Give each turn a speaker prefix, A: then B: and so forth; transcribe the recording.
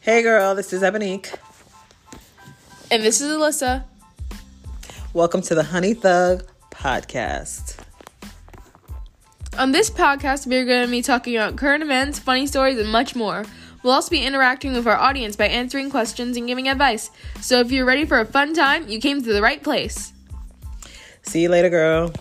A: Hey girl, this is Ebonique.
B: And this is Alyssa.
A: Welcome to the Honey Thug podcast.
B: On this podcast, we're going to be talking about current events, funny stories, and much more. We'll also be interacting with our audience by answering questions and giving advice. So if you're ready for a fun time, you came to the right place.
A: See you later, girl.